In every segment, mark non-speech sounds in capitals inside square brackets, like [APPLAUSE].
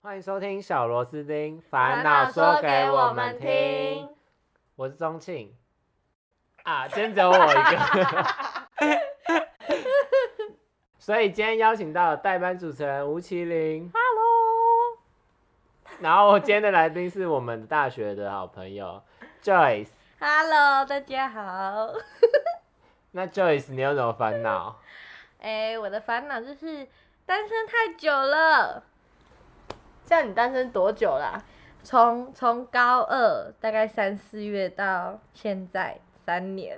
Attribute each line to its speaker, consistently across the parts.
Speaker 1: 欢迎收听小螺丝钉
Speaker 2: 烦
Speaker 1: 烦
Speaker 2: 恼
Speaker 1: 恼
Speaker 2: 说
Speaker 1: 说
Speaker 2: 给
Speaker 1: 给
Speaker 2: 我
Speaker 1: 我
Speaker 2: 们
Speaker 1: 们
Speaker 2: 听
Speaker 1: 听。我是钟庆啊，今天只有我一个， [LAUGHS] 所以今天邀请到了代班主持人吴麒麟，
Speaker 2: Hello，
Speaker 1: 然后我今天的来宾是我们大学的好朋友 Joyce。
Speaker 2: Hello，大家好。
Speaker 1: 那 Joyce，你有什么烦恼？
Speaker 2: 哎、我的烦恼就是单身太久了，
Speaker 3: 这样你单身多久啊啦、
Speaker 2: 从从高二大概三四月到现在三年，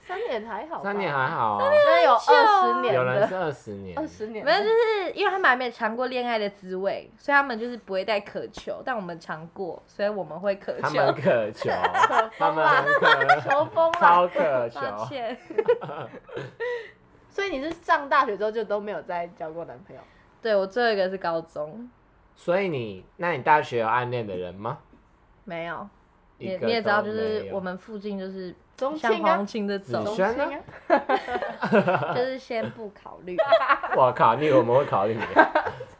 Speaker 3: 三年还好吧，
Speaker 1: 三年还好哦，
Speaker 3: 那有二十
Speaker 1: 有
Speaker 3: 年
Speaker 1: 人是
Speaker 3: 的，
Speaker 1: 二十年，
Speaker 3: 二十年
Speaker 2: 没有就是因为他们还没有尝过恋爱的滋味，所以他们就是不会再渴求，但我们尝过，所以我们会渴
Speaker 1: 他
Speaker 2: 求
Speaker 1: 们。渴
Speaker 3: [LAUGHS]
Speaker 1: 求，
Speaker 3: 可
Speaker 1: 他
Speaker 3: 疯
Speaker 1: 们
Speaker 3: 啦，
Speaker 1: 很渴，
Speaker 3: 求疯啦！
Speaker 1: 超渴求。
Speaker 2: 抱歉，
Speaker 3: 所以你是上大学之后就都没有再交过男朋友？
Speaker 2: 对我最后一个是高中，
Speaker 1: 所以你，那你大学有暗恋的人吗？
Speaker 2: 没有。你
Speaker 1: 一
Speaker 2: 也
Speaker 1: 个
Speaker 2: 你也知道，
Speaker 1: 都
Speaker 2: 就
Speaker 1: 没
Speaker 2: 是
Speaker 1: 有 [LAUGHS]
Speaker 2: 我们附近就是
Speaker 3: 中
Speaker 2: 像
Speaker 3: 庆
Speaker 2: 黄
Speaker 3: 啊，
Speaker 2: 青的
Speaker 1: 子
Speaker 2: 走，
Speaker 1: 轩呢
Speaker 3: 中庆啊？
Speaker 2: 就是先不考虑。
Speaker 1: 我靠，你以为我们会
Speaker 2: [LAUGHS]
Speaker 1: 考虑你？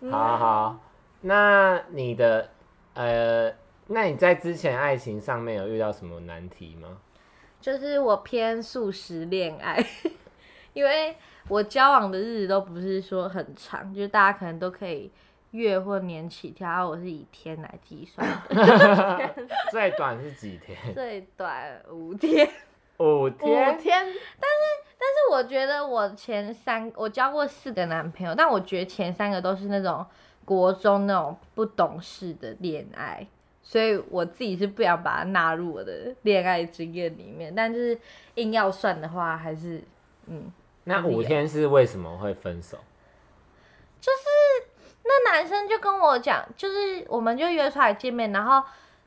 Speaker 2: 嗯
Speaker 1: 好好，那你的呃，那你在之前爱情上面有遇到什么难题吗？ [LAUGHS]
Speaker 2: 就是我偏素食恋爱， [LAUGHS] 因为我交往的日子都不是说很长，就是大家可能都可以月或年起跳，然后我是以天来计算的，
Speaker 1: 最短是几天？
Speaker 2: 最短五天。 [LAUGHS]
Speaker 1: 五
Speaker 3: 啊五
Speaker 1: 天。
Speaker 3: 天，
Speaker 2: 但是我觉得我前三，我交过四个男朋友，但我觉得前三个都是那种国中那种不懂事的恋爱，所以我自己是不想把它纳入我的恋爱经验里面。但就是硬要算的话，还是嗯，
Speaker 1: 那五天是为什么会分手？
Speaker 2: 那男生就跟我讲，就是我们就约出来见面，然后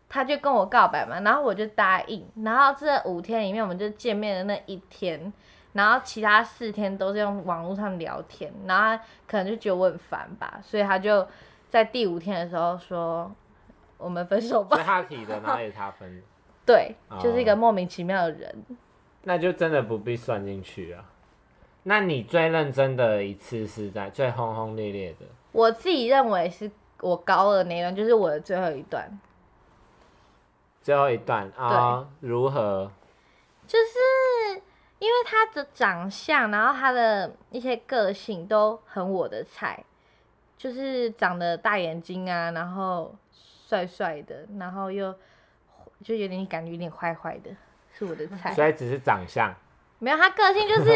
Speaker 2: 他就跟我告白嘛，然后我就答应，然后这五天里面我们就见面的那一天，然后其他四天都是用网络上聊天，然后他可能就觉得我很烦吧，所以他就在第五天的时候说我们分手吧 [LAUGHS]
Speaker 1: 是。他提的，然后也他分的，
Speaker 2: 对
Speaker 1: 哦，
Speaker 2: 就是一个莫名其妙的人。
Speaker 1: 那就真的不必算进去啊。那你最认真的一次是在最轰轰烈烈的，
Speaker 2: 我自己认为是我高二那一段，就是我的最后一段，
Speaker 1: 最后一段啊、如何？
Speaker 2: 就是因为他的长相，然后他的一些个性都很我的菜，就是长得大眼睛啊，然后帅帅的，然后又就有点感觉有点坏坏的，是我的菜。
Speaker 1: 所以只是长相，
Speaker 2: 没有，他个
Speaker 1: [LAUGHS]
Speaker 2: 性就是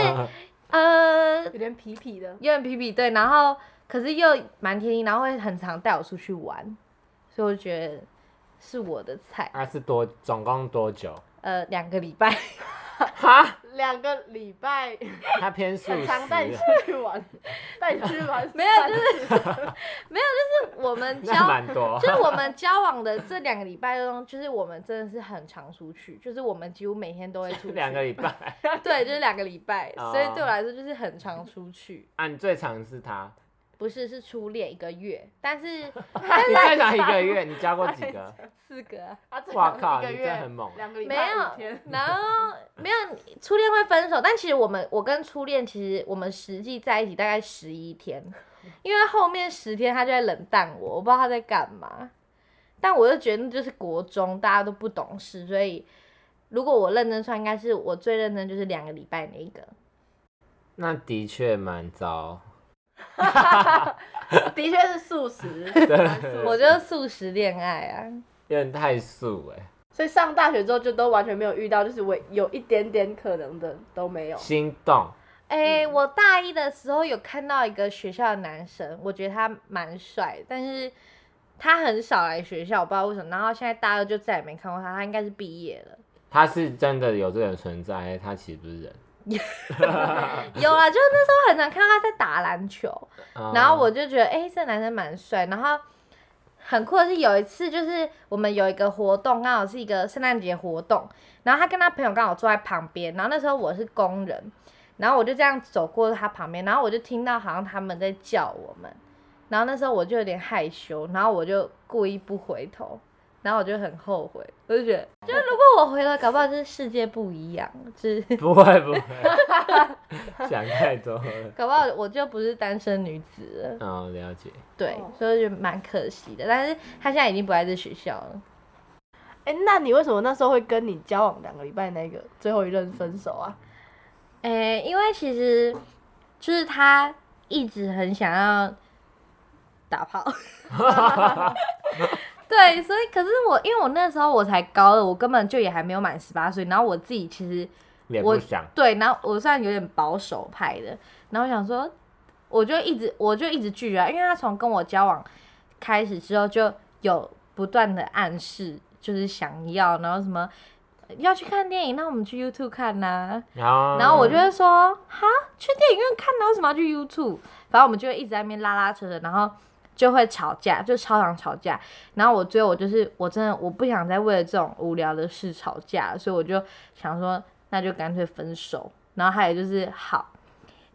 Speaker 2: 呃
Speaker 3: 有点痞痞的，
Speaker 2: 有点皮皮对，然后可是又蛮贴心，然后会很常带我出去玩，所以我觉得是我的菜。
Speaker 1: 啊那、是多总共多
Speaker 2: [LAUGHS]
Speaker 1: 久？
Speaker 2: 呃，两个礼拜。 [LAUGHS]
Speaker 1: 哈，
Speaker 3: 两个礼拜
Speaker 1: 他偏素
Speaker 3: 很
Speaker 1: 食。
Speaker 3: 常带你出
Speaker 1: [LAUGHS]
Speaker 3: 去玩，带你去玩，
Speaker 2: 没有
Speaker 3: 就是
Speaker 2: 我们
Speaker 1: 那
Speaker 2: 交
Speaker 1: 蛮多
Speaker 2: 就。是我们交往的这两个礼拜中，就是我们真的是很常出去，就是我们几乎每天都会出去。
Speaker 1: 两个礼拜
Speaker 2: 对，就是两个礼拜，
Speaker 1: 哦
Speaker 2: 所以对我来说就是很常出去。
Speaker 1: 啊，你最长是
Speaker 2: [LAUGHS]
Speaker 1: 他，
Speaker 2: 不是，是初恋一个月，
Speaker 1: [LAUGHS]
Speaker 2: 但是
Speaker 1: 你最长一个月，你交过几个？
Speaker 2: 四个啊、
Speaker 3: 啊，这
Speaker 1: 哇靠
Speaker 3: 一个
Speaker 1: 你真
Speaker 3: 月
Speaker 1: 很猛
Speaker 3: 两个礼
Speaker 2: 没
Speaker 3: 拜五
Speaker 2: 有
Speaker 3: 天，，
Speaker 2: [LAUGHS] 然后没有初恋会分手，但其实我们我跟初恋其实我们实际在一起大概十一天，因为后面十天他就在冷淡我，我不知道他在干嘛，但我又觉得那就是国中大家都不懂事，所以如果我认真算，应该是我最认真就是两个礼拜那一个，
Speaker 1: 那的确蛮糟。
Speaker 3: 的确是素食，蛮素食
Speaker 2: 我就素食恋爱啊，
Speaker 1: 有点太素哎、
Speaker 3: 所以上大学之后就都完全没有遇到，就是我有一点点可能的都没有。
Speaker 1: 心动，
Speaker 2: 哎、我大一的时候有看到一个学校的男生，我觉得他蛮帅，但是他很少来学校，我不知道为什么。然后现在大二就再也没看过他，他应该是毕业了。
Speaker 1: 他是真的有这个人存在，还是他其实不是人。
Speaker 2: 有啊，就是那时候很常看到他在打篮球，
Speaker 1: 嗯
Speaker 2: 然后我就觉得，哎、这男生蛮帅。然后很酷的是，有一次就是我们有一个活动，刚好是一个圣诞节活动，然后他跟他朋友刚好坐在旁边，然后那时候我是工人，然后我就这样走过他旁边，然后我就听到好像他们在叫我们，然后那时候我就有点害羞，然后我就故意不回头，然后我就很后悔，我就觉得，就是如果我回来，搞不好就是世界不一样，就是
Speaker 1: 不会不
Speaker 2: [LAUGHS]
Speaker 1: 会，想太多了。
Speaker 2: 搞不好我就不是单身女子了，
Speaker 1: 哦，了解。
Speaker 2: 对
Speaker 3: 哦，
Speaker 2: 所以我觉得蛮可惜的。但是他现在已经不在这学校了，
Speaker 3: 哎、那你为什么那时候会跟你交往两个礼拜那个最后一任分手啊？
Speaker 2: 诶、因为其实就是他一直很想要打 [LAUGHS] 炮，对，所以可是我因为我那时候我才高二，我根本就也还没有满十八岁，然后我自己其实
Speaker 1: 也
Speaker 2: 我
Speaker 1: 不想，
Speaker 2: 对，然后我算有点保守派的，然后我想说，我就一直我就一直拒绝啊，因为他从跟我交往开始之后就有不断的暗示，就是想要，然后什么呃要去看电影，那我们去 YouTube 看呐、
Speaker 1: 然后
Speaker 2: 然后我就会说，哈，去电影院看啊，为什么要去 YouTube？反正我们就会一直在那边拉拉扯扯，然后就会吵架，就超常吵架。然后我最后我就是我真的我不想再为了这种无聊的事吵架，所以我就想说，那就干脆分手。然后还有就是好，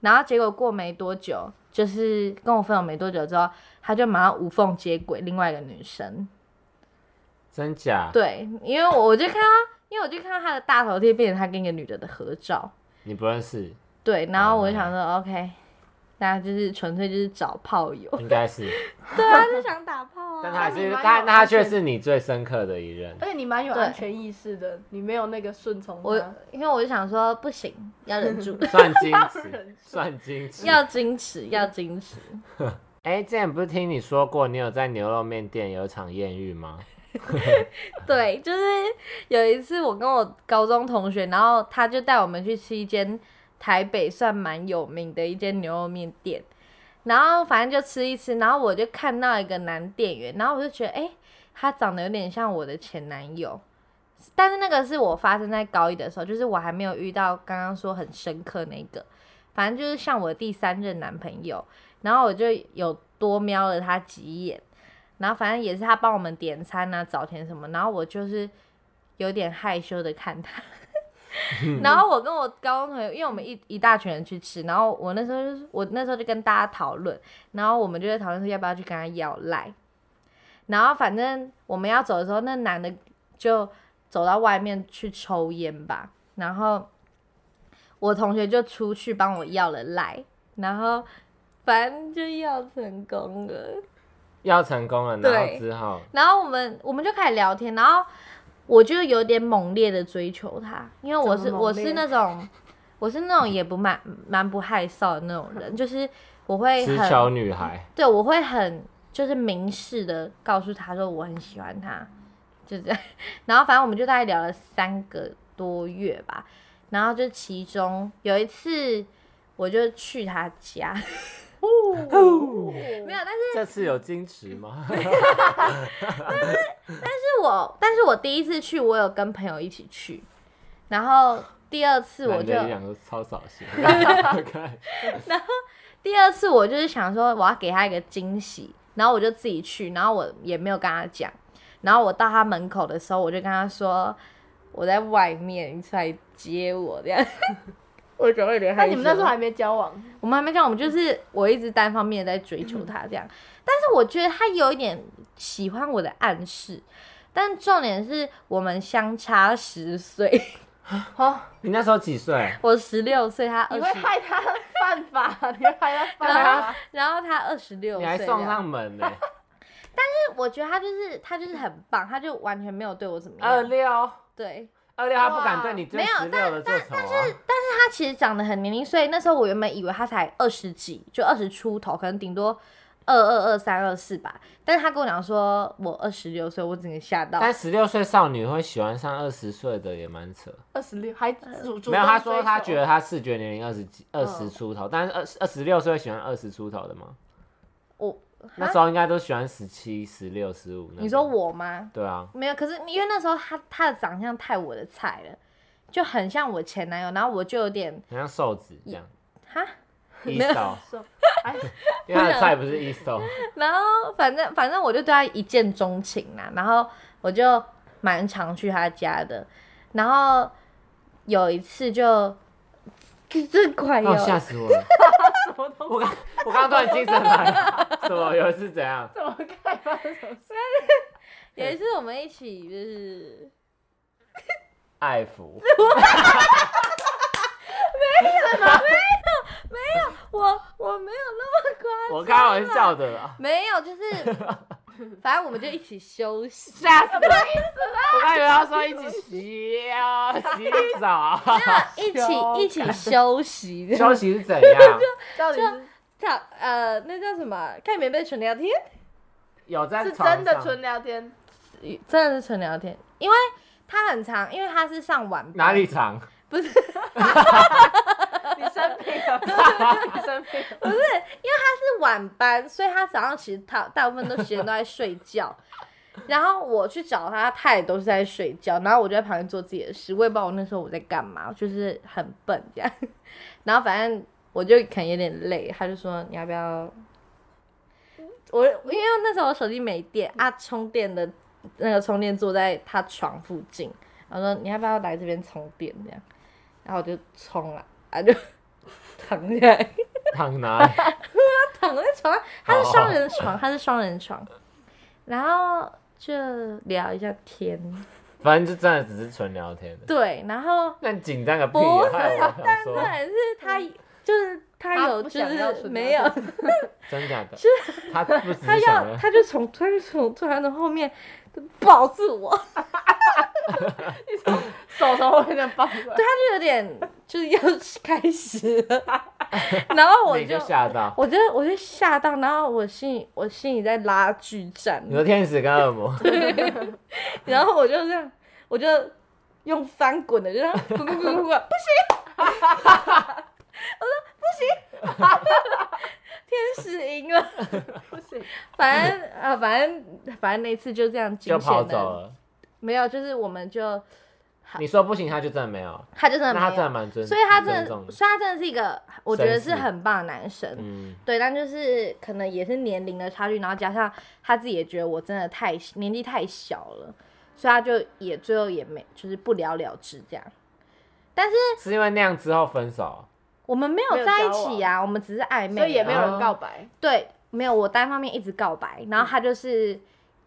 Speaker 2: 然后结果过没多久，就是跟我分手没多久之后，他就马上无缝接轨另外一个女生。
Speaker 1: 真假，
Speaker 2: 对，因为我就看到，因为我就看到他的大头贴变成他跟一个女的的合照。
Speaker 1: 你不认识，
Speaker 2: 对，然后我就
Speaker 1: 哦，
Speaker 2: 想说、o k 那就是纯粹就是找炮友 [LAUGHS]
Speaker 1: 应该是，
Speaker 2: 对啊，就想打
Speaker 1: [LAUGHS]
Speaker 2: 炮
Speaker 1: 但
Speaker 2: 啊。
Speaker 1: 他还是
Speaker 3: 那你蛮有
Speaker 1: 他，那他却
Speaker 3: 安全
Speaker 1: 是你最深刻的一任。
Speaker 3: 而且你蛮有
Speaker 2: 对
Speaker 3: 安全意识的，你没有那个顺从
Speaker 2: 我
Speaker 3: 他。
Speaker 2: 因为我就想说不行，要忍住，
Speaker 1: 算
Speaker 2: [LAUGHS]
Speaker 1: 矜
Speaker 3: 不忍
Speaker 1: 持
Speaker 3: 住，
Speaker 1: 算矜持。
Speaker 2: 要矜持，要矜持。
Speaker 1: 哎，之前不是听你说过，你有在牛肉面店有一场艳遇吗？
Speaker 2: [LAUGHS] 对，就是有一次我跟我高中同学，然后他就带我们去吃一间台北算蛮有名的一间牛肉面店，然后反正就吃一吃，然后我就看到一个男店员，然后我就觉得，哎、他长得有点像我的前男友。但是那个是我发生在高一的时候，就是我还没有遇到刚刚说很深刻那个，反正就是像我的第三任男朋友，然后我就有多瞄了他几眼，然后反正也是他帮我们点餐啊、早甜什么，然后我就是有点害羞的看他。 [LAUGHS] 然后我跟我高中同学，因为我们一一大群人去吃，然后我那时候就是我那时候就跟大家讨论，然后我们就在讨论说要不要去跟他要赖。然后反正我们要走的时候，那男的就走到外面去抽烟吧，然后我同学就出去帮我要了赖，然后反正就要成功了。
Speaker 1: 要成功了，然后
Speaker 2: 对
Speaker 1: 之后
Speaker 2: 然后我们我们就开始聊天，然后我就有点猛烈的追求他，因为我是
Speaker 3: 怎么猛
Speaker 2: 我
Speaker 3: 烈
Speaker 2: 是那种 [LAUGHS] 我是那种也不蛮蛮不害臊的那种人，就是我会
Speaker 1: 知
Speaker 2: 哎很
Speaker 1: 球女孩，
Speaker 2: 对我会很就是明示的告诉他说我很喜欢他，就这样。 [LAUGHS] 然后反正我们就大概聊了三个多月吧，然后就其中有一次我就去他家， [LAUGHS]
Speaker 3: 哦，
Speaker 2: 没有，但是
Speaker 1: 这次有矜持
Speaker 2: [LAUGHS]
Speaker 1: 吗？
Speaker 2: 是我，但是我第一次去，我有跟朋友一起去，然后第二次我
Speaker 1: 男
Speaker 2: 就，
Speaker 1: 的两个超扫
Speaker 2: [LAUGHS]
Speaker 1: 兴。 [LAUGHS] 看
Speaker 2: 第二次我就是想说我要给他一个惊喜，然后我就自己去，然后我也没有跟他讲，然后我到他门口的时候，我就跟他说我在外面，你出来接我这样。 [LAUGHS] 我觉得有点
Speaker 3: 那你们那时候还没交往，
Speaker 2: 我们还没讲，我们就是我一直单方面地在追求他这样，但是我觉得他有一点喜欢我的暗示，但重点是我们相差十岁。 [LAUGHS]
Speaker 3: 好，
Speaker 1: 你那时候几岁？
Speaker 2: 我十六岁，他二
Speaker 3: 你
Speaker 2: 十
Speaker 3: 会，害他犯法，你会害他犯
Speaker 2: 然
Speaker 3: 法 [LAUGHS]
Speaker 2: 后。然后他二十六
Speaker 1: 你
Speaker 2: 岁，啊
Speaker 1: 还送上门呢？
Speaker 2: 我觉得他就是他就是很棒，他就完全没有对我怎么
Speaker 1: 二
Speaker 2: 样。
Speaker 1: 六，
Speaker 2: 对，
Speaker 1: 二六他不敢对你追
Speaker 2: 没有
Speaker 1: 十六的这种啊。
Speaker 2: 他其实长得很年轻，所以那时候我原本以为他才二十几，就二十出头，可能顶多二二二三二四吧。但是他跟我讲说我二十六岁，我整个吓到。
Speaker 1: 但十六岁少女会喜欢上二十岁的也蛮扯。
Speaker 3: 二十六还主主
Speaker 1: 没有，
Speaker 3: 动
Speaker 1: 他说
Speaker 3: 追
Speaker 1: 他
Speaker 3: 求
Speaker 1: 觉得他视觉年龄二十几、二
Speaker 2: 嗯
Speaker 1: 十出头，但是二二十六岁会喜欢二十出头的吗？
Speaker 2: 我
Speaker 1: 那时候应该都喜欢十七、十六、十五。
Speaker 2: 啊你说？我吗？
Speaker 1: 对啊，
Speaker 2: 没有，可是因为那时候他他的长相太我的菜了，就很像我前男友，然后我就有点
Speaker 1: 很像瘦子这样。
Speaker 2: 哈。
Speaker 1: 一
Speaker 2: 没有
Speaker 1: 手，
Speaker 3: 说哎，
Speaker 1: 因为他的菜不是一哦
Speaker 2: [LAUGHS]
Speaker 1: 手，
Speaker 2: 然后反正反正我就对他一见钟情啦，然后我就蛮常去他家的，然后有一次就，这快有
Speaker 1: 哦，吓死我了！
Speaker 3: 什么东
Speaker 1: 我刚我刚刚突然精神来了，什么？有一次怎样？
Speaker 3: 怎么干嘛？什么事？
Speaker 2: 有一次我们一起就是
Speaker 1: 爱抚，
Speaker 2: 我我没有那么夸张，啊
Speaker 1: 我开玩笑的啦。
Speaker 2: 没有，就是
Speaker 1: [LAUGHS]
Speaker 2: 反正我们就一起休息。
Speaker 1: 吓死我！
Speaker 2: 啊
Speaker 1: 我刚以为他说一起洗啊，洗澡，
Speaker 2: [LAUGHS] 一起一起休
Speaker 1: [LAUGHS]
Speaker 2: 息，
Speaker 1: 休息是怎样？
Speaker 3: 到底是
Speaker 2: 叫呃那叫什么？看棉被纯聊天，
Speaker 1: 有在
Speaker 3: 是
Speaker 1: 床上
Speaker 3: 真的纯聊天，
Speaker 1: 嗯
Speaker 2: 真的是纯聊天，因为他很长，因为他是上晚班
Speaker 1: 哪里长？
Speaker 2: 不是
Speaker 3: [LAUGHS] 你生病了吧，你生病了 [LAUGHS]
Speaker 2: 不是，因为他是晚班，所以他早上其实大大部分都时间都在睡觉。 [LAUGHS] 然后我去找他，他也都是在睡觉，然后我就在旁边做自己的事，我也不知道我那时候我在干嘛，就是很笨这样。 [LAUGHS] 然后反正我就可能有点累，他就说你要不要？我因为那时候我手机没电啊，充电的那个充电座在他床附近，然后说你要不要来这边充电这样？然后我就充了，啊就 [LAUGHS] 躺下来。
Speaker 1: 躺哪里？
Speaker 2: 躺在床上，他是双人床，他是双人床，
Speaker 1: 哦
Speaker 2: 然后就聊一下天，
Speaker 1: 反正就真的只是纯聊天的。
Speaker 2: 对，然后
Speaker 1: 那你紧张个屁
Speaker 2: 不
Speaker 1: 啊！
Speaker 2: 是
Speaker 1: 害我想
Speaker 2: 重
Speaker 1: 说，
Speaker 2: 点是他就是他
Speaker 3: 他
Speaker 2: 有
Speaker 3: 不
Speaker 2: 就
Speaker 3: 想要
Speaker 2: 是
Speaker 3: 纯
Speaker 2: 没有
Speaker 1: 哦
Speaker 3: 聊，
Speaker 1: 真假的？他不只
Speaker 2: 他
Speaker 1: 是想
Speaker 2: 要
Speaker 1: 了，
Speaker 2: 他就从他就从突然的后面抱住我，
Speaker 3: 手从后面这样抱过来，
Speaker 2: 他就有点就是要开始了，然后
Speaker 1: [LAUGHS]
Speaker 2: 我
Speaker 1: 你就
Speaker 2: 就
Speaker 1: 吓到。
Speaker 2: 我就我就吓到，然后我心里我心里在拉锯战，
Speaker 1: 你说天使跟恶魔，
Speaker 2: [LAUGHS] 然后我就这样，我就用翻滚的，就这样滚滚滚滚滚，不行！我说不行，天使赢了。
Speaker 3: 不行，
Speaker 2: 反正啊、呃反正反正那次就这样惊
Speaker 1: 就跑
Speaker 2: 险
Speaker 1: 走
Speaker 2: 的，
Speaker 1: 了。
Speaker 2: 没有，就是我们就
Speaker 1: 你说不行，他就真的没有。
Speaker 2: 他就真的
Speaker 1: 那
Speaker 2: 没
Speaker 1: 他真的
Speaker 2: 有，
Speaker 1: 蛮尊，
Speaker 2: 所以他真
Speaker 1: 尊
Speaker 2: 的，
Speaker 1: 重的。
Speaker 2: 所以他真的是一个我觉得是
Speaker 1: 绅士
Speaker 2: 很棒的男生。
Speaker 1: 嗯，
Speaker 2: 对，但就是可能也是年龄的差距，然后加上他自己也觉得我真的太年纪太小了，所以他就也最后也没就是不了了之这样。但是
Speaker 1: 是因为那样之后分手，
Speaker 2: 我们没
Speaker 3: 没
Speaker 2: 有
Speaker 3: 有
Speaker 2: 在一
Speaker 3: 交
Speaker 2: 起
Speaker 3: 往
Speaker 2: 呀、我们只是暧昧而已，
Speaker 3: 所以也没有
Speaker 1: 哦
Speaker 3: 人告白，
Speaker 2: 对，没有我单方面一直告白，然后他就是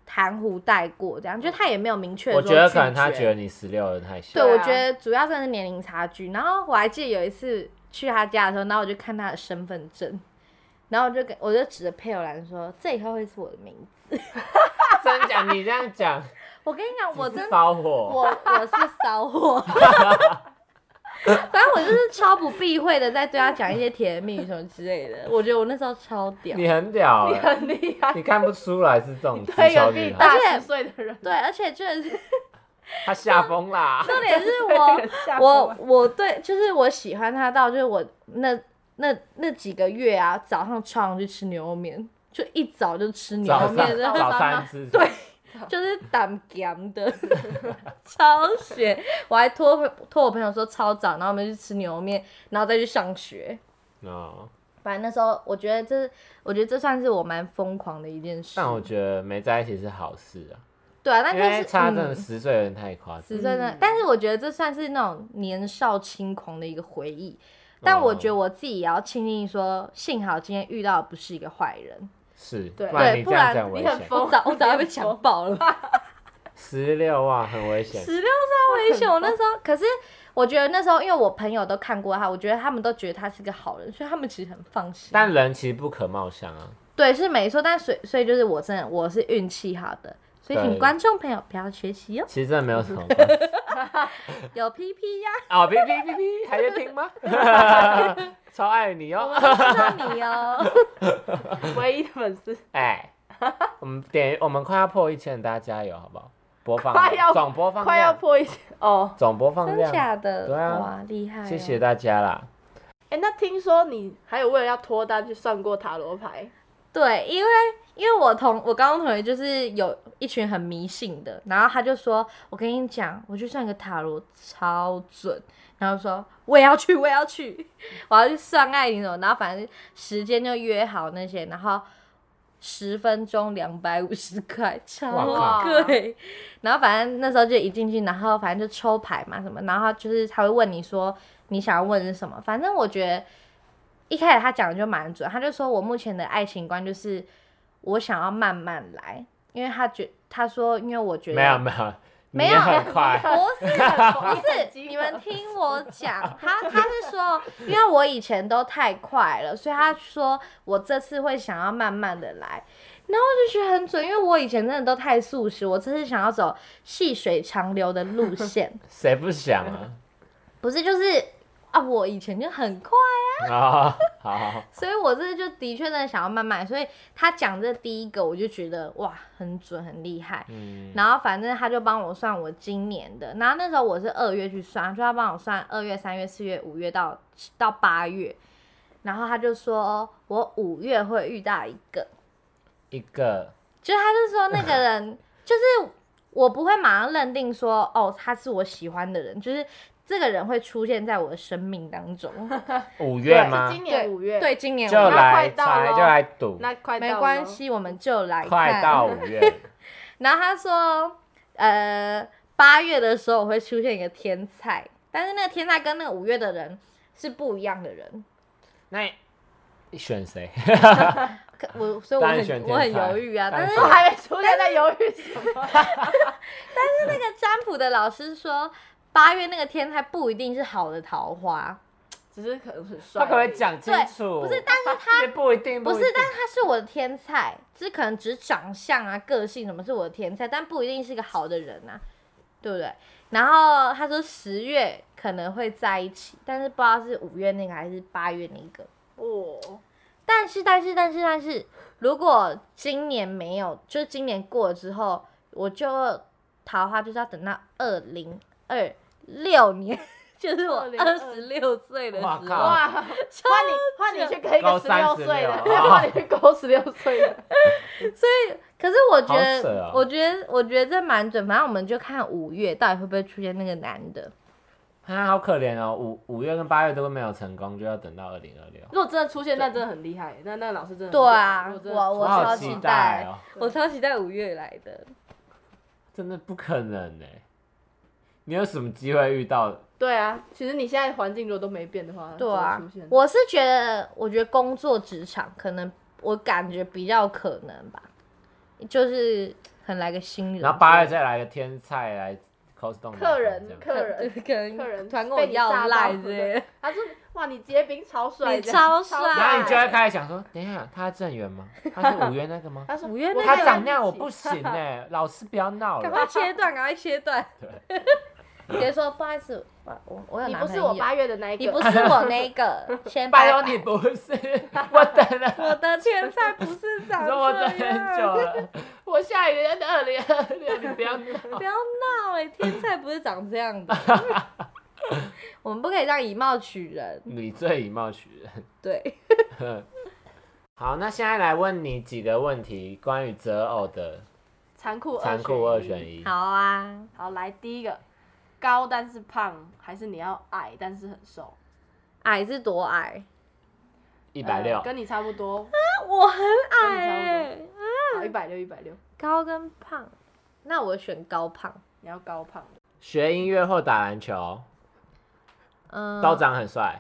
Speaker 2: 含糊带过这样，就他也没有明确。
Speaker 1: 我觉得可能他觉
Speaker 2: 得。
Speaker 1: 得你十六的太小
Speaker 2: 对，
Speaker 3: 对，啊
Speaker 2: 我觉得主要真的是年龄差距。然后我还记得有一次去他家的时候，然后我就看他的身份证，然后我就跟我就指着配偶栏说：“这以后会是我的名字。”
Speaker 1: [LAUGHS] 真假？你这样讲，
Speaker 2: 我跟你讲， [LAUGHS] 我
Speaker 1: 只
Speaker 2: 真
Speaker 1: 是骚
Speaker 2: 我
Speaker 1: 货，
Speaker 2: 我是骚货，反正我就是超不避讳的，在对他讲一些甜言蜜语什么之类的。我觉得我那时候超屌，
Speaker 1: 你很屌 [LAUGHS]
Speaker 3: 你
Speaker 1: 欸，
Speaker 3: 很厉害，
Speaker 1: 你看不出来是这种直
Speaker 3: 对，
Speaker 1: 销
Speaker 3: 有
Speaker 1: 女
Speaker 3: 比
Speaker 1: 孩，
Speaker 2: 而且
Speaker 3: 大十岁的人，
Speaker 2: 对，而且真的是。
Speaker 1: 他吓疯啦
Speaker 2: 重点是
Speaker 3: 被人
Speaker 2: 我
Speaker 3: 吓
Speaker 2: 我
Speaker 3: 疯了
Speaker 2: 我对，就是我喜欢他到就是我那那那几个月啊，早上超想去吃牛肉面，就一早就吃牛
Speaker 1: 早
Speaker 2: 肉
Speaker 1: 上
Speaker 2: 面，然后
Speaker 1: 早餐吃对，
Speaker 2: 就是胆咸的， [LAUGHS] 超咸。我还托朋托我朋友说超早，然后我们去吃牛肉面，然后再去上学。
Speaker 1: 哦，
Speaker 2: 反正那时候我觉得这，我觉得这算是我蛮疯狂的一件事。
Speaker 1: 但我觉得没在一起是好事啊，
Speaker 2: 对啊，但
Speaker 1: 因
Speaker 2: 就
Speaker 1: 为
Speaker 2: 是
Speaker 1: 差真的
Speaker 2: 嗯
Speaker 1: 十岁有点太夸张。
Speaker 2: 十岁呢，但是我觉得这算是那种年少轻狂的一个回忆。
Speaker 1: 哦
Speaker 2: 但我觉得我自己也要庆幸说，幸好今天遇到的不是一个坏
Speaker 1: [LAUGHS]
Speaker 2: 人，
Speaker 1: 是，
Speaker 3: 对
Speaker 1: 不然
Speaker 2: 对
Speaker 1: 你
Speaker 2: 不
Speaker 1: 这样
Speaker 2: 然
Speaker 1: 子很危
Speaker 3: 你很
Speaker 1: 险。
Speaker 3: 疯
Speaker 2: 我早我早就被强暴
Speaker 1: [LAUGHS]
Speaker 2: 了。
Speaker 1: 十六啊，很危险。
Speaker 2: 十六超危险，我那时候可是我觉得那时候因为我朋友都看过他，我觉得他们都觉得他是个好人，所以他们其实很放心。
Speaker 1: 但人其实不可貌相啊，
Speaker 2: 对是没错，但所以所以就是我真的我是运气好的，所以
Speaker 1: 对
Speaker 2: 请观众朋友不要学
Speaker 1: [LAUGHS]
Speaker 2: 习哦，
Speaker 1: 其实真的没有什么关系。 [LAUGHS]
Speaker 2: 有 PP 呀，
Speaker 1: 啊，哔哔哔哔，还在听吗？超爱你
Speaker 2: 我
Speaker 1: 哦！
Speaker 2: 们知道
Speaker 1: [LAUGHS]
Speaker 2: 你哦。
Speaker 3: 唯一的粉丝，
Speaker 1: 哎，我们点，我们快要破一千，大家加油好不好？播放
Speaker 3: 快要
Speaker 1: 总播放
Speaker 3: 快要
Speaker 1: 量，
Speaker 3: 破一千哦。
Speaker 1: 总播放
Speaker 2: 真
Speaker 1: 量，
Speaker 2: 假的？
Speaker 1: 对啊
Speaker 2: 哇，厉害、哦！
Speaker 1: 谢谢。大家啦。
Speaker 3: 哎，那听说你还有为了要脱单去算过塔罗牌，
Speaker 2: 对，因为因为我同我高中同学就是有一群很迷信的，然后他就说：“我跟你讲，我去算个塔罗超准。”然后说：“我也要去，我也要去，我要去算爱情什么。”然后反正时间就约好那些，然后十分钟两百五十块，超
Speaker 1: 哇
Speaker 3: 靠
Speaker 2: 贵。然后反正那时候就一进去，然后反正就抽牌嘛什么，然后就是他会问你说你想要问的是什么。反正我觉得一开始他讲的就蛮准，他就说我目前的爱情观就是我想要慢慢来，因为他觉他说，因为我觉得
Speaker 1: 没有没有，
Speaker 2: 啊 [LAUGHS] 没
Speaker 1: 你
Speaker 2: 有
Speaker 1: 很快，
Speaker 2: 不是
Speaker 3: 不
Speaker 2: 不是，你们听我 [LAUGHS] 讲，他他是说，因为我以前都太快了，所以他说我这次会想要慢慢的来。然后我就觉得很准，因为我以前真的都太速食，我这次想要走细水长流的路线， [LAUGHS]
Speaker 1: 谁不想啊？
Speaker 2: 不是就是啊，我以前就很快，
Speaker 1: 啊，好好好，
Speaker 2: 所以我这次就的确真的想要慢慢来，所以他讲这第一个，我就觉得哇，很准，很厉害。
Speaker 1: 嗯，
Speaker 2: 然后反正他就帮我算我今年的，然后那时候我是二月去算，就他帮我算二月、三月、四月、五月到到八月，然后他就说我五月会遇到一个，
Speaker 1: 一个
Speaker 2: 就是他就说那个人就是我不会马上认定说哦他是我喜欢的人，就是这个人会出现在我的生命当
Speaker 1: [LAUGHS]
Speaker 2: 中。
Speaker 1: 五月
Speaker 3: 是
Speaker 1: 吗？
Speaker 3: 今年五月，，
Speaker 2: 对，今年
Speaker 1: 就
Speaker 2: 我
Speaker 3: 那
Speaker 1: 来
Speaker 3: 快到
Speaker 1: 猜，
Speaker 3: 咯
Speaker 1: 就来赌，
Speaker 3: 那快到
Speaker 2: 没
Speaker 3: 咯
Speaker 2: 关，系，我们就来看。
Speaker 1: 快到五月， [LAUGHS]
Speaker 2: 然后他说，呃，八月的时候我会出现一个天才，但是那个天才跟那个五月的人是不一样的人。
Speaker 1: 那你选谁？
Speaker 2: 可我所以我
Speaker 1: 当然选
Speaker 2: 很
Speaker 1: 天
Speaker 2: 我
Speaker 1: 才
Speaker 2: 很犹豫啊，
Speaker 1: 当
Speaker 2: 但
Speaker 1: 然
Speaker 2: 是
Speaker 1: 选
Speaker 3: 我还没出现在犹豫什么，
Speaker 2: 那个占卜的老师说，八月那个天才不一定是好的桃花，
Speaker 3: 只是可能很帅。
Speaker 1: 他可不可以讲清楚？
Speaker 2: 不是，但是
Speaker 1: [LAUGHS] 也不一定，
Speaker 2: 不
Speaker 1: 一
Speaker 2: 是
Speaker 1: 定，
Speaker 2: 但是他是我的天才，只可能只是长相啊、个性什么是我的天才，但不一定是个好的人啊，对不对？然后他说十月可能会在一起，但是不知道是五月那个还是八月那个。
Speaker 3: 哦，
Speaker 2: 但是，但是，但是，但是，如果今年没有，就是今年过了之后，我就桃花就是要等到二零二六年， [LAUGHS] 就是我
Speaker 3: 2026
Speaker 2: 二十六岁的时
Speaker 1: 哇
Speaker 2: 候
Speaker 1: 靠，
Speaker 3: 哇，换你换你去跟一
Speaker 1: 高
Speaker 3: 个十六
Speaker 1: 36
Speaker 3: 岁的，
Speaker 1: 啊
Speaker 3: 换你去勾十六岁的，
Speaker 2: 可是我觉
Speaker 1: 好扯
Speaker 2: 得，
Speaker 1: 哦
Speaker 2: 我觉得，我觉得这蛮准。反正我们就看五月到底会不会出现那个男的。
Speaker 1: 他好可怜哦，五五月跟八月都没有成功，就要等到二零二六。
Speaker 3: 如果真的出现，那真的很厉害，那那老师真的很
Speaker 2: 对啊
Speaker 3: 厉害如果，真的
Speaker 2: 我
Speaker 1: 我
Speaker 2: 超
Speaker 1: 好
Speaker 2: 期
Speaker 1: 期
Speaker 2: 待
Speaker 1: 待哦，
Speaker 2: 我超期待五月来的。
Speaker 1: 真的不可能呢。你有什么机会遇到？
Speaker 3: 对啊，其实你现在环境如果都没变的话，
Speaker 2: 对啊
Speaker 3: 怎么出现，
Speaker 2: 我是觉得，我觉得工作职场可能我感觉比较可能吧，就是很来个新人。
Speaker 1: 然后八月再来个天菜来 cos 动
Speaker 3: 客人
Speaker 2: [LAUGHS] 可
Speaker 3: 客人
Speaker 2: 可能
Speaker 3: 客人
Speaker 2: 突然跟我要赖之类的，
Speaker 3: [LAUGHS] 他说哇，你结冰 [LAUGHS] 超帅，
Speaker 2: 你
Speaker 3: 这样
Speaker 2: 超帅
Speaker 1: 然后你就会开始想说，等一下，他是郑源吗？他是五月那个
Speaker 3: [LAUGHS]
Speaker 1: 吗？
Speaker 3: 他说
Speaker 2: 五月那
Speaker 3: 我
Speaker 1: 他
Speaker 3: 跟
Speaker 1: 长
Speaker 3: 你
Speaker 1: 那样我
Speaker 3: 一起
Speaker 1: 不行哎，老师不要闹
Speaker 2: [LAUGHS] 赶
Speaker 1: 了。
Speaker 2: 快切断，赶快切断。 [LAUGHS] 直接说不好意思，我我我有
Speaker 3: 你
Speaker 2: 男
Speaker 3: 不
Speaker 2: 朋
Speaker 3: 是我
Speaker 2: 友，
Speaker 3: 八月的那一个，
Speaker 2: 你不是我那 [LAUGHS] 个，先
Speaker 1: 拜
Speaker 2: 拜
Speaker 1: 托
Speaker 2: 拜
Speaker 1: 你不是，我等了，
Speaker 2: 我的天菜不
Speaker 1: [LAUGHS]
Speaker 2: 是长
Speaker 1: 你
Speaker 2: 这
Speaker 1: 说我等很久
Speaker 2: 样，
Speaker 1: 了，
Speaker 3: 我下一个人的二零二六，你不要
Speaker 2: [LAUGHS]
Speaker 3: 闹。
Speaker 2: 不要闹哎、天菜不是长这样的， [LAUGHS] 我们不可以这样以貌取人，
Speaker 1: [LAUGHS] 你最以貌取人。
Speaker 2: 对。
Speaker 1: 好，那现在来问你几个问题，关于择偶的
Speaker 3: 残酷
Speaker 1: 残酷二选
Speaker 3: 一。
Speaker 1: 一。
Speaker 2: [LAUGHS] 好啊，
Speaker 3: 好，来第一个，高但是胖，还是你要矮但是很瘦？
Speaker 2: 矮是多矮？
Speaker 1: 一
Speaker 3: 一
Speaker 1: 百六，
Speaker 3: 呃跟你差不多，
Speaker 2: 我很
Speaker 3: 矮欸好，一百六，一百六，
Speaker 2: 高跟胖，那我选高胖。
Speaker 3: 你要高胖的。
Speaker 1: 学音乐或打篮球，
Speaker 2: 嗯，
Speaker 1: 都长很帅，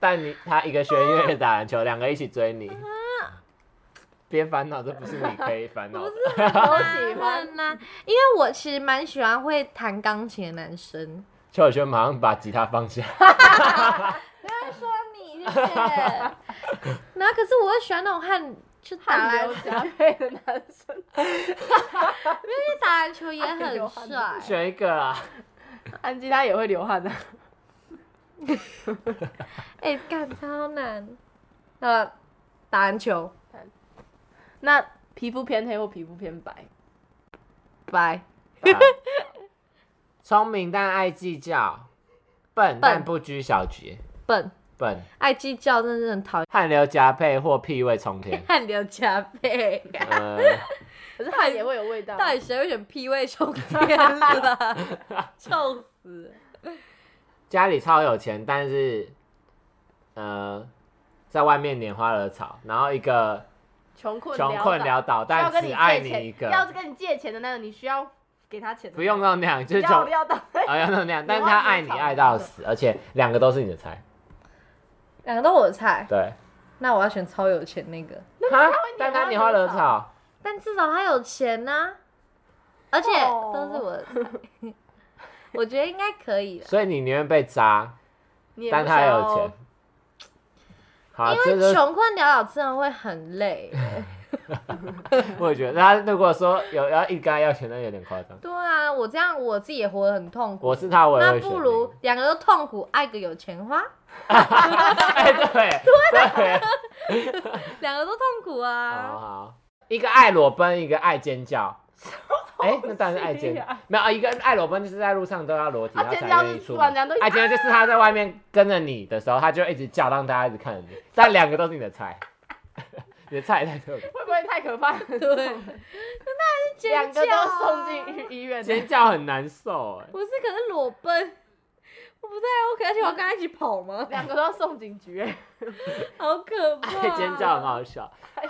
Speaker 1: 但你他一个学音乐，一个打篮球，两个一起追你，别烦恼，这不是你可以烦恼的。
Speaker 3: [LAUGHS] 我
Speaker 2: 喜
Speaker 3: 喜欢
Speaker 2: 欢啦，因为我其实蛮喜欢会弹钢琴的男生。
Speaker 1: 邱友轩马上把吉他放下，
Speaker 2: 不要说你，谢谢。然后可是我又喜欢那种和就打
Speaker 3: 汗
Speaker 2: 篮
Speaker 3: 流
Speaker 2: 球，
Speaker 3: 浃背的男生，
Speaker 2: 因为打篮球也
Speaker 3: 汗流
Speaker 2: 很帅。
Speaker 3: 汗
Speaker 1: 选一个啊！
Speaker 3: 安吉他也会流汗的、
Speaker 2: 哎，干超难。呃，打篮球，
Speaker 3: 那皮肤偏黑或皮肤偏白，
Speaker 2: 拜。
Speaker 1: 聪明但爱计较，笨但不拘小节，
Speaker 2: 笨，
Speaker 1: 笨
Speaker 2: 爱计较真的是很讨厌，。
Speaker 1: 汗流浃背或屁味冲天
Speaker 2: [LAUGHS] 汗流浃背。
Speaker 1: 呃，
Speaker 3: 可是汗也会有味道。
Speaker 2: 到底谁会选 P 位充电 [LAUGHS] 啦？臭死！
Speaker 1: 家里超有钱，但是呃，在外面拈花惹草，然后一个
Speaker 3: 穷困
Speaker 1: 穷困
Speaker 3: 潦
Speaker 1: 潦倒，
Speaker 3: 倒，要
Speaker 1: 但
Speaker 3: 跟
Speaker 1: 只
Speaker 3: 你
Speaker 1: 爱
Speaker 3: 借
Speaker 1: 你
Speaker 3: 钱，
Speaker 1: 一个
Speaker 3: 要，跟你借钱的那个，你需要给他钱的，
Speaker 1: 不用到那样，就是
Speaker 3: 要
Speaker 1: 穷
Speaker 3: 要到
Speaker 1: 啊，要那
Speaker 3: [LAUGHS]
Speaker 1: 样，但是他爱你爱到死，而且两个都是你的菜，
Speaker 2: 两个都我的菜，
Speaker 1: 对，
Speaker 2: 那我要选超有钱那个。
Speaker 1: 哈
Speaker 3: 他会拈花惹草
Speaker 1: 但他拈花惹草，
Speaker 2: 但至少他有钱呐、啊而且
Speaker 3: 哦
Speaker 2: 都是我的菜， [LAUGHS] 我觉得应该可以了。
Speaker 1: 所以你宁愿被渣，
Speaker 3: 你也
Speaker 1: 但
Speaker 3: 不
Speaker 1: 他
Speaker 3: 想
Speaker 1: 有
Speaker 3: 要哦
Speaker 1: 钱。好，
Speaker 2: 因
Speaker 1: 啊这
Speaker 2: 为
Speaker 1: 就是
Speaker 2: 穷困潦倒真的会很累，
Speaker 1: 我也觉得。他如果说有要一干要钱，那有点夸张。
Speaker 2: 对啊，我这样我自己也活得很痛苦。
Speaker 1: 我是他，我也
Speaker 2: 那
Speaker 1: 会选你。 [LAUGHS]
Speaker 2: 不如两个都痛苦，爱个有钱花，
Speaker 1: 哎，对
Speaker 3: [LAUGHS] 啊
Speaker 1: 对，
Speaker 2: [LAUGHS] 两个都痛苦
Speaker 1: 好
Speaker 2: 啊。
Speaker 1: 好，一个爱裸奔，一个爱尖
Speaker 3: [LAUGHS]
Speaker 1: 叫。哎，那当然是爱尖
Speaker 3: 什么东西啊，
Speaker 1: 没有啊一个爱裸奔就是在路上都要裸体，
Speaker 3: 啊
Speaker 1: 他才
Speaker 3: 尖叫
Speaker 1: 愿意
Speaker 3: 是
Speaker 1: 出
Speaker 3: 突然
Speaker 1: 门。哎
Speaker 3: 间都
Speaker 1: 爱尖叫就是他在外面跟着你的时候，他就一直叫，让大家一直看着你。但两个都是你的菜， [LAUGHS] 你的菜太特
Speaker 3: [LAUGHS]
Speaker 1: 别。
Speaker 3: 会不会太可怕了？
Speaker 2: 对，尖
Speaker 3: 两
Speaker 2: 叫
Speaker 3: 个
Speaker 2: 啊
Speaker 3: 都送进医院，
Speaker 1: 尖叫很难受哎。
Speaker 2: 不是，可是裸奔， [LAUGHS] 我不太 OK，而且我要跟他一起跑吗？
Speaker 3: 两个都要送警局。哎
Speaker 2: [LAUGHS] 好可怕！
Speaker 3: 啊
Speaker 1: 爱 [LAUGHS] 尖叫很好笑。啊
Speaker 3: [LAUGHS]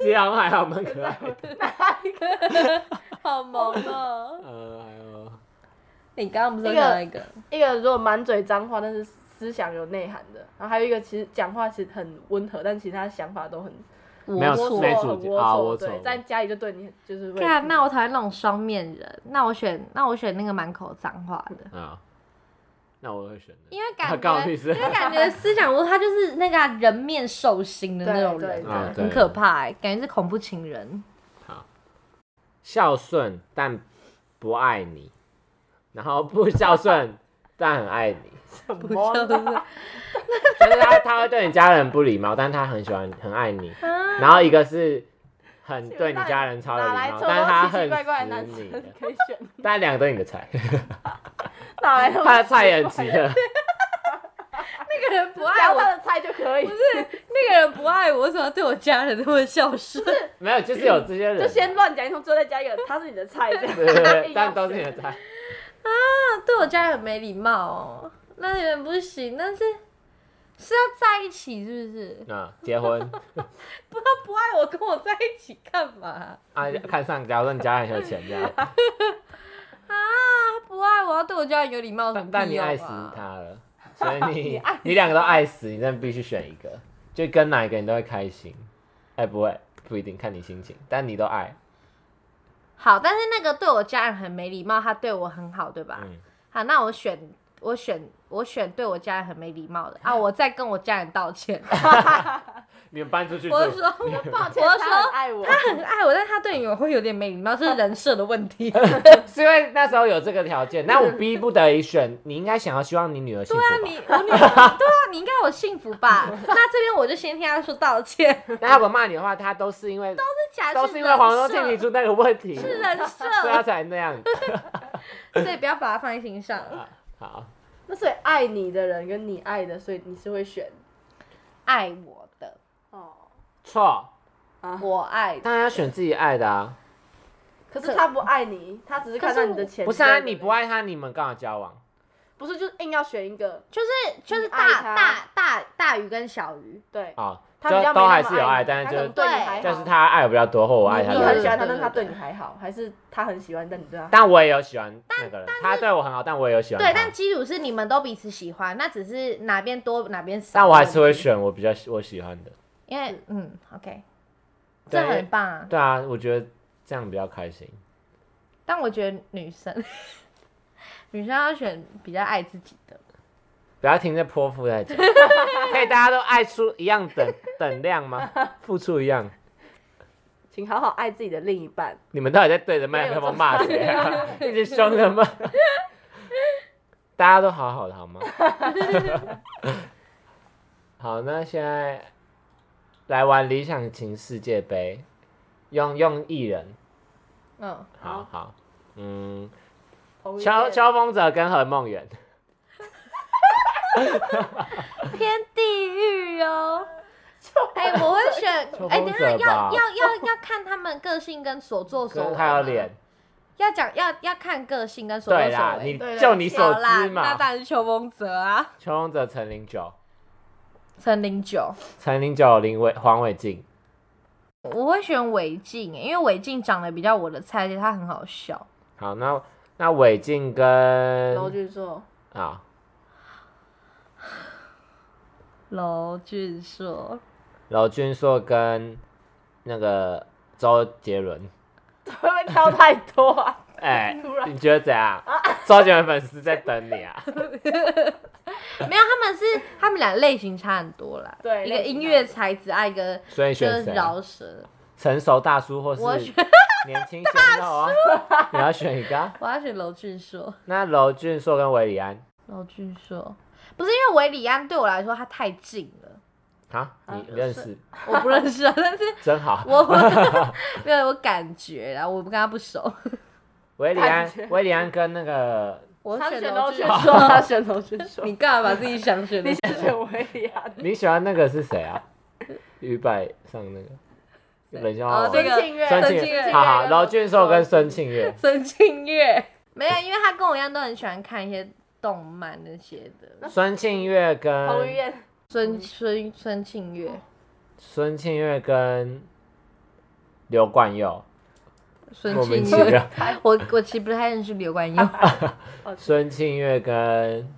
Speaker 1: 其实好像还好蛮可爱的。
Speaker 2: 好萌哦！
Speaker 1: 呃，还有
Speaker 2: [LAUGHS] 你刚刚不是讲了一个？
Speaker 3: 一个如果满嘴脏话，但是思想有内涵的，然后还有一个其实讲话其实很温和，但其他想法都很
Speaker 1: 没有
Speaker 2: 龌龊
Speaker 1: 没
Speaker 3: 龊
Speaker 1: 主
Speaker 3: 很
Speaker 1: 见
Speaker 3: 龌
Speaker 1: 啊
Speaker 3: 龊
Speaker 1: 龌
Speaker 3: 对，
Speaker 1: 龊
Speaker 3: 在家里就对你就是会。
Speaker 2: 看，那我讨厌那种双面人。那我选，那我选那个满口脏话的，
Speaker 1: 啊，那我会选的。
Speaker 2: 因为
Speaker 1: [LAUGHS]
Speaker 2: 感
Speaker 1: 啊干我
Speaker 2: 觉，
Speaker 1: 屁
Speaker 2: 因
Speaker 1: 事
Speaker 2: 为感觉思想如他就是那个啊人面兽心的那种
Speaker 3: 对对
Speaker 2: 人
Speaker 3: 对
Speaker 2: 啊，
Speaker 1: 嗯对
Speaker 2: 很可怕欸，感觉是恐怖情人。
Speaker 1: 孝顺但不爱你，然后不孝顺但很爱你。
Speaker 3: 什
Speaker 2: 不就
Speaker 3: 么
Speaker 2: 是
Speaker 3: 啦？
Speaker 1: 就是他他会对你家人不礼貌，但他很喜欢很爱你。
Speaker 2: 啊
Speaker 1: 然后一个是很对你家人超有
Speaker 3: 哪
Speaker 1: 礼
Speaker 3: 来这
Speaker 1: 貌，
Speaker 3: 么
Speaker 1: 但是 [LAUGHS] 他
Speaker 3: 多奇
Speaker 1: 恨
Speaker 3: 奇怪怪的男
Speaker 1: 死你
Speaker 3: 生
Speaker 1: 的。
Speaker 3: 可以选？
Speaker 1: 但两个都是你的菜，
Speaker 3: 哪来这么
Speaker 1: [LAUGHS] 他的菜也很奇特。
Speaker 2: 那个人不
Speaker 3: 只
Speaker 2: 爱
Speaker 3: 要
Speaker 2: 我，
Speaker 3: 他的菜就可以，
Speaker 2: 那个人不爱我，为什么对我家人那么孝顺？
Speaker 1: 没有，就是有这些人，
Speaker 3: 就先乱讲一通，之后再加一个他是你的菜这样。
Speaker 1: 对对对，
Speaker 3: [LAUGHS] 硬要
Speaker 1: 但都是
Speaker 3: 选
Speaker 1: 你的菜。
Speaker 2: [LAUGHS] 对我家人没礼貌哦，那有点不行。但是是要在一起是不是？
Speaker 1: 啊，结婚
Speaker 2: 不，他不爱我，跟我在一起干嘛？
Speaker 1: 啊，看上，假如说你家很有钱这样，
Speaker 2: 他不爱我，要对我家人有礼貌，
Speaker 1: 但但你
Speaker 2: 有屁用啊
Speaker 1: 爱死
Speaker 2: [LAUGHS]
Speaker 1: 他了，所以
Speaker 3: 你
Speaker 1: 你
Speaker 3: 爱死
Speaker 1: 你两个都爱死，你真的必须选一个，就跟哪一个你都会开心。哎、不会，不一定，看你心情，但你都爱，
Speaker 2: 好，但是那个对我家人很没礼貌，他对我很好，对吧？
Speaker 1: 嗯，
Speaker 2: 好，那我选，我选，我选对我家人很没礼貌的啊！我再跟我家人道歉，
Speaker 1: 你们搬出去住，
Speaker 2: 我说我
Speaker 3: 抱歉，
Speaker 2: 我
Speaker 3: 他
Speaker 2: 说
Speaker 3: 很爱我。
Speaker 2: 他很爱我，但是他对你会有点没礼貌，这是人设的问题。
Speaker 1: 是因为那时候有这个条件，那我逼不得已选，你应该想要希望你女儿幸
Speaker 2: 对啊，
Speaker 1: 福吧？
Speaker 2: 你我女儿对啊，你应该有幸福吧？那这边我就先听他说道歉，
Speaker 1: 那他不骂你的话，他都是因为
Speaker 2: 假
Speaker 1: 都是因为黄宗庆提出那个问题，
Speaker 2: 是
Speaker 1: 所
Speaker 2: 人
Speaker 1: 以他
Speaker 2: 设，
Speaker 1: 才那样。
Speaker 2: 所以不要把它放在心上。
Speaker 1: 啊好，
Speaker 3: 那所以爱你的人跟你爱的，所以你是会选
Speaker 2: 爱我的，
Speaker 3: 哦。
Speaker 1: 错，
Speaker 3: 啊
Speaker 2: 我爱的，
Speaker 1: 当然要选自己爱的啊。
Speaker 3: 可是他不爱你，他只是看到你的钱。
Speaker 1: 不是啊，你不，爱他，你们刚好交往。
Speaker 3: 不是就是硬要选一个，
Speaker 2: 就是就是
Speaker 3: 你爱
Speaker 2: 大
Speaker 3: 他
Speaker 2: 大大大鱼跟小鱼，
Speaker 3: 对，
Speaker 1: 啊，
Speaker 3: 他
Speaker 1: 就
Speaker 3: 比较没
Speaker 1: 都还
Speaker 3: 那
Speaker 1: 是
Speaker 3: 么
Speaker 1: 有爱，
Speaker 3: 你
Speaker 1: 但是
Speaker 3: 他可
Speaker 1: 就
Speaker 3: 能对你还好，
Speaker 1: 就是他爱我比较多，或我爱他
Speaker 3: 你
Speaker 1: 比较
Speaker 3: 很
Speaker 1: 多
Speaker 3: 喜欢他，
Speaker 2: 对对对
Speaker 3: 但是他对你还好，还是他很喜欢，但你对他
Speaker 1: 但我也有喜欢那个人，他对我很好，但我也有喜欢他
Speaker 2: 对，但。基础是你们都彼此喜欢，那只是哪边多哪边少。
Speaker 1: 但我还是会，选我比较喜我喜欢的。
Speaker 2: 因为嗯，OK，
Speaker 1: 对
Speaker 2: 这很棒啊。
Speaker 1: 对啊，我觉得这样比较开心。
Speaker 2: 但我觉得女生， [LAUGHS] 女生要选比较爱自己的。
Speaker 1: 不要听这泼妇在
Speaker 3: [LAUGHS]
Speaker 1: 讲，可以大家都爱出一样等等量吗？付出一样？
Speaker 3: 请好好爱自己的另一半。
Speaker 1: 你们到底在对着麦克风骂谁
Speaker 3: [LAUGHS]
Speaker 1: 啊？一直凶着骂。大家都好好的好吗？ [LAUGHS] 好，那现在来玩理想型世界杯，用用艺人，
Speaker 2: 嗯，
Speaker 1: [LAUGHS] 好好，嗯，
Speaker 3: 同一
Speaker 1: 萧
Speaker 3: 件
Speaker 1: 萧风者跟何梦圆，
Speaker 2: 偏地狱
Speaker 1: [LAUGHS]
Speaker 2: 哦。哎、我会选。
Speaker 1: 秋
Speaker 2: 哎、
Speaker 1: 风
Speaker 2: 等一
Speaker 1: 者
Speaker 2: 下要
Speaker 1: 吧 [LAUGHS]
Speaker 2: 要要要看他们个性跟所作所
Speaker 1: 跟
Speaker 2: 为。
Speaker 1: 还有脸，，
Speaker 3: 啊
Speaker 2: 要讲要要看个性跟所作
Speaker 1: 对
Speaker 2: 所
Speaker 1: 啦，
Speaker 2: 为。
Speaker 1: 你
Speaker 3: 对啦
Speaker 1: 就你所
Speaker 2: 好啦
Speaker 1: 知
Speaker 2: 那
Speaker 1: 嘛。
Speaker 2: 当然是邱风泽啊，
Speaker 1: 邱风者陈零九，
Speaker 2: 陈零九，
Speaker 1: 陈零九林伟黄伟晋，
Speaker 2: 我会选韦静，因为韦静长得比较我的菜，而且他很好笑。
Speaker 1: 好，那那伟晋跟
Speaker 3: 楼俊 [LAUGHS] 硕，
Speaker 1: 啊
Speaker 2: 娄俊硕，
Speaker 1: 娄俊硕跟那个周杰伦，
Speaker 3: 会不会挑太多啊？
Speaker 1: 哎、
Speaker 3: 突然
Speaker 1: 你觉得怎样？周杰伦粉丝在等你啊！
Speaker 2: 没有，他们是他们俩类型差很多啦。
Speaker 3: 对
Speaker 2: 一个
Speaker 3: 类型
Speaker 2: 音
Speaker 3: 差
Speaker 2: 乐
Speaker 3: 很多
Speaker 2: 才子，爱一个
Speaker 1: [LAUGHS] 所以你
Speaker 2: 就
Speaker 1: 选
Speaker 2: 是
Speaker 1: 谁？
Speaker 2: 饶舌。
Speaker 1: 成熟大叔或是
Speaker 2: 我选
Speaker 1: 年轻鲜肉啊？ [LAUGHS] 你要选一个啊。
Speaker 2: 我要选娄俊硕，
Speaker 1: 那娄俊硕跟韦礼安
Speaker 2: 娄俊硕不是因为韦礼安对我来说他太近了，
Speaker 1: 啊，
Speaker 3: 啊
Speaker 1: 你认识？
Speaker 2: 我不认识啊， [LAUGHS] 但是
Speaker 1: 真好。
Speaker 2: [LAUGHS] 我没有我感觉啦，我跟他不熟。
Speaker 1: 韦礼安
Speaker 3: 感觉，
Speaker 1: 韦礼安跟那个
Speaker 2: 我
Speaker 3: 他
Speaker 2: 选娄
Speaker 3: 选楼
Speaker 2: 俊
Speaker 3: 选
Speaker 2: 硕，
Speaker 3: 说，
Speaker 2: [LAUGHS]
Speaker 3: 他选楼选说，
Speaker 2: 你
Speaker 3: [LAUGHS]
Speaker 2: 干嘛把自己想选的
Speaker 3: 你？是选维里安。
Speaker 1: 你喜欢那个是谁啊？预拜上那个冷笑话
Speaker 2: 哦
Speaker 1: 王，
Speaker 2: [LAUGHS] 这个
Speaker 3: 庆月，
Speaker 1: 孙
Speaker 2: 庆
Speaker 1: 庆
Speaker 2: 月
Speaker 1: 月，好好，娄俊硕跟孙庆月，
Speaker 2: [LAUGHS] 孙庆月没有，因为他跟我一样都很喜欢看一些动漫那些的。
Speaker 1: 孙庆月
Speaker 3: 彭于
Speaker 1: 跟
Speaker 3: 晏，
Speaker 2: 孙孙孙庆月，
Speaker 1: 孙庆月跟刘冠佑，
Speaker 2: 孙
Speaker 1: 莫名
Speaker 2: 庆
Speaker 1: 其
Speaker 2: 月，
Speaker 1: 妙。
Speaker 2: 我我其实不太认识刘冠佑，
Speaker 1: 孙庆月跟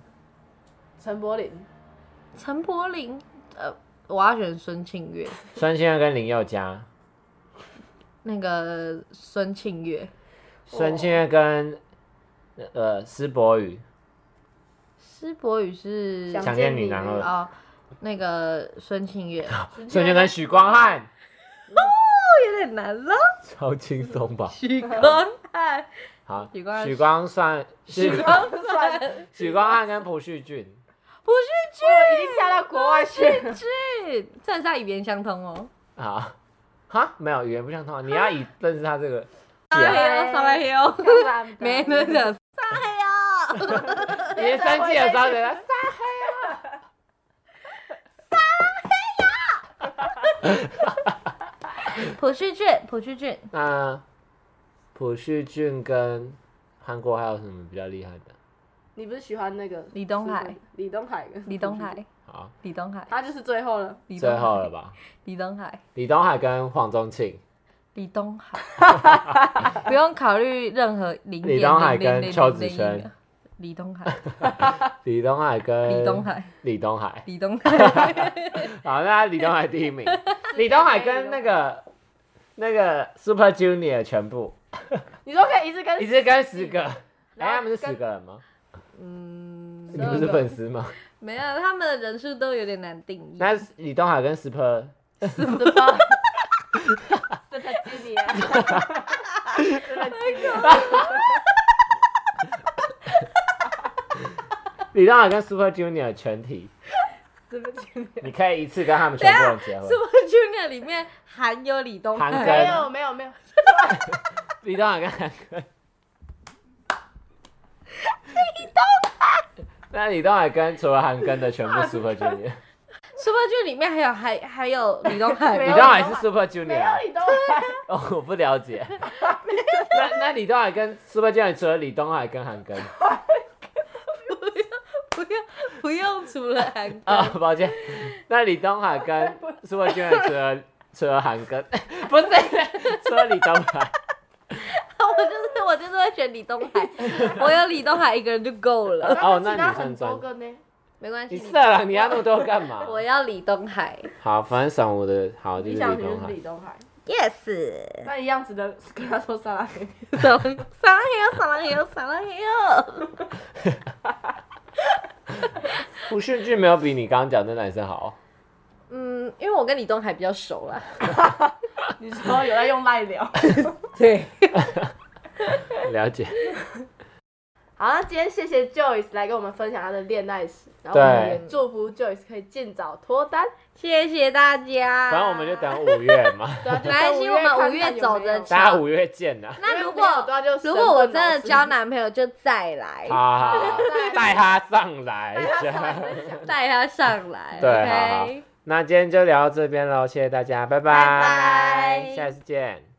Speaker 3: 陈柏霖，
Speaker 2: [LAUGHS] 陈柏霖，呃，我要选孙庆月，
Speaker 1: 孙庆月跟林宥嘉，
Speaker 2: 那个孙庆月，
Speaker 1: 孙庆月跟呃施柏宇，
Speaker 2: 施柏宇是
Speaker 1: 想见你然后
Speaker 2: 哦，那个孙庆 [LAUGHS] 月，哦，
Speaker 1: 孙庆月跟许光汉，
Speaker 2: 有点难了，
Speaker 1: 超轻松吧？
Speaker 2: 许光汉，
Speaker 1: 好
Speaker 2: 许光，汉
Speaker 1: 许光算许
Speaker 3: [LAUGHS]
Speaker 2: 许
Speaker 1: 光
Speaker 2: 光汉， [LAUGHS]
Speaker 1: 许光汉跟朴叙俊，
Speaker 2: 不
Speaker 3: 我已经嫁到国外去了。
Speaker 2: 是剧，这是在语言相通哦。
Speaker 1: 好，哈，没有语言不相通，你要以认识他这个。是啊
Speaker 2: 上来哎哟，上来 [LAUGHS] 哟， [LAUGHS]
Speaker 3: [LAUGHS]
Speaker 2: 没人讲，
Speaker 1: 你生气的时候，人家撒
Speaker 2: 朴叙俊，朴叙俊，
Speaker 1: 那呃朴叙俊跟韩国还有什么比较厉害的？
Speaker 3: 你不是喜欢那个
Speaker 2: 李东海？
Speaker 3: 李东海跟
Speaker 2: [LAUGHS] 李东，海，
Speaker 1: 好，
Speaker 2: 李东海，
Speaker 3: 他就是最后了。
Speaker 2: 李
Speaker 1: 最
Speaker 2: 东
Speaker 1: 后了
Speaker 2: 海，
Speaker 1: 吧？
Speaker 2: 李东海，
Speaker 1: 李东海跟黄宗庆，
Speaker 2: 李东海， [LAUGHS] 不用考虑任何零点
Speaker 1: 李东海
Speaker 2: 零
Speaker 1: 跟
Speaker 2: 零零
Speaker 1: 邱
Speaker 2: 零
Speaker 1: 子
Speaker 2: 零一
Speaker 1: 轩呃
Speaker 2: 秒。李东海，
Speaker 1: 李东海跟
Speaker 2: 李
Speaker 1: [LAUGHS]
Speaker 2: 东，海，
Speaker 1: 李东海。
Speaker 2: 李东海，
Speaker 1: 好，那李东海第一名，李东海跟
Speaker 3: 啊
Speaker 1: 那个那个 Super Junior 全部，
Speaker 3: 你说可以一直跟
Speaker 1: 一直跟十个，哎，
Speaker 3: 然后
Speaker 1: 他们是
Speaker 3: 跟
Speaker 1: 十个人吗？
Speaker 2: 嗯，
Speaker 1: 你不是粉丝吗？
Speaker 2: [LAUGHS] 没有，他们的人数都有点难定义。
Speaker 1: 那
Speaker 2: [LAUGHS]
Speaker 1: 李东海跟 Super
Speaker 3: 死吧？真的经理啊！真的经理啊！
Speaker 1: 李东海跟 Super Junior 全体，
Speaker 3: 真的经理。
Speaker 1: 你可以一次跟他们全部人结婚。
Speaker 2: Super Junior 里面含有李东
Speaker 1: 韩庚
Speaker 2: 海，
Speaker 3: 没有没有没有，
Speaker 1: 李东海跟韩庚，李东海，那李东海跟除了韩庚的全部 Super Junior，
Speaker 2: Super Junior 里面还有还还有李东
Speaker 1: [LAUGHS]
Speaker 2: 海
Speaker 3: 没
Speaker 1: 李
Speaker 2: 吗
Speaker 3: 有
Speaker 1: 东海是
Speaker 3: 李
Speaker 1: Super
Speaker 3: 没
Speaker 1: Junior 啊
Speaker 3: 有李东海，
Speaker 1: [LAUGHS] 哦，我不了解。那那李东海跟 Super Junior 除了李东海跟韩
Speaker 3: [LAUGHS]
Speaker 1: 庚
Speaker 2: 不用不用，除了韩庚， [LAUGHS]
Speaker 1: 啊，抱歉，那李东海
Speaker 3: [LAUGHS]
Speaker 1: 跟 Super Junior 除了除了韩庚，不是除了李东
Speaker 3: [LAUGHS]
Speaker 1: 海，
Speaker 2: 我就是我就是会选李东海，我有李东海一个人就够了，
Speaker 1: 哦那
Speaker 3: 其他
Speaker 1: 你算
Speaker 3: 很多
Speaker 1: 专
Speaker 3: 个呢。
Speaker 2: 没关系。
Speaker 1: 你啊色狼，你要那么多干嘛？
Speaker 2: 我要李东海
Speaker 1: 好，反正赏我的好就是
Speaker 3: 理
Speaker 1: 李
Speaker 3: 想型
Speaker 1: 东
Speaker 3: 就是
Speaker 1: 海
Speaker 3: 李。东海，
Speaker 2: ，yes，
Speaker 3: 那一样只能跟他说莎拉黑。
Speaker 2: 上上黑上黑上黑
Speaker 1: 朴叙俊没有比你刚刚讲的男生
Speaker 3: [LAUGHS]
Speaker 1: 好。
Speaker 2: 嗯，因为我跟李东海比较熟啦，
Speaker 3: 你说有在用赖聊？ [LAUGHS]
Speaker 2: 对，
Speaker 1: 了解，
Speaker 3: 好，那今天谢谢 Joyce 来跟我们分享她的恋爱史，然后我们
Speaker 1: 对
Speaker 3: 也祝福 Joyce 可以尽早脱单。
Speaker 2: 谢谢大家。
Speaker 1: 反正我们就等五月嘛，
Speaker 3: 对啊，就
Speaker 2: 没关系
Speaker 3: 跟
Speaker 2: 我们五
Speaker 3: 看
Speaker 2: 月
Speaker 3: 看有
Speaker 2: 走
Speaker 3: 没
Speaker 2: 着
Speaker 3: 有
Speaker 2: 瞧
Speaker 1: 大家五月见啊呐。
Speaker 2: 那如
Speaker 3: 因为没有
Speaker 2: 果
Speaker 3: 的话就
Speaker 2: 如
Speaker 3: 神棍
Speaker 2: 果我真
Speaker 3: 老
Speaker 2: 的
Speaker 3: 师
Speaker 2: 交
Speaker 3: [LAUGHS]
Speaker 2: 男朋友，就再
Speaker 3: 哎
Speaker 2: 来
Speaker 1: 好好好，
Speaker 3: 再
Speaker 1: 带他上来。
Speaker 3: 再来分享
Speaker 2: 带他上来。
Speaker 1: 对
Speaker 2: OK
Speaker 1: 好好那今天就聊到这边喽，谢谢大家，拜
Speaker 2: 拜拜
Speaker 1: 下次见。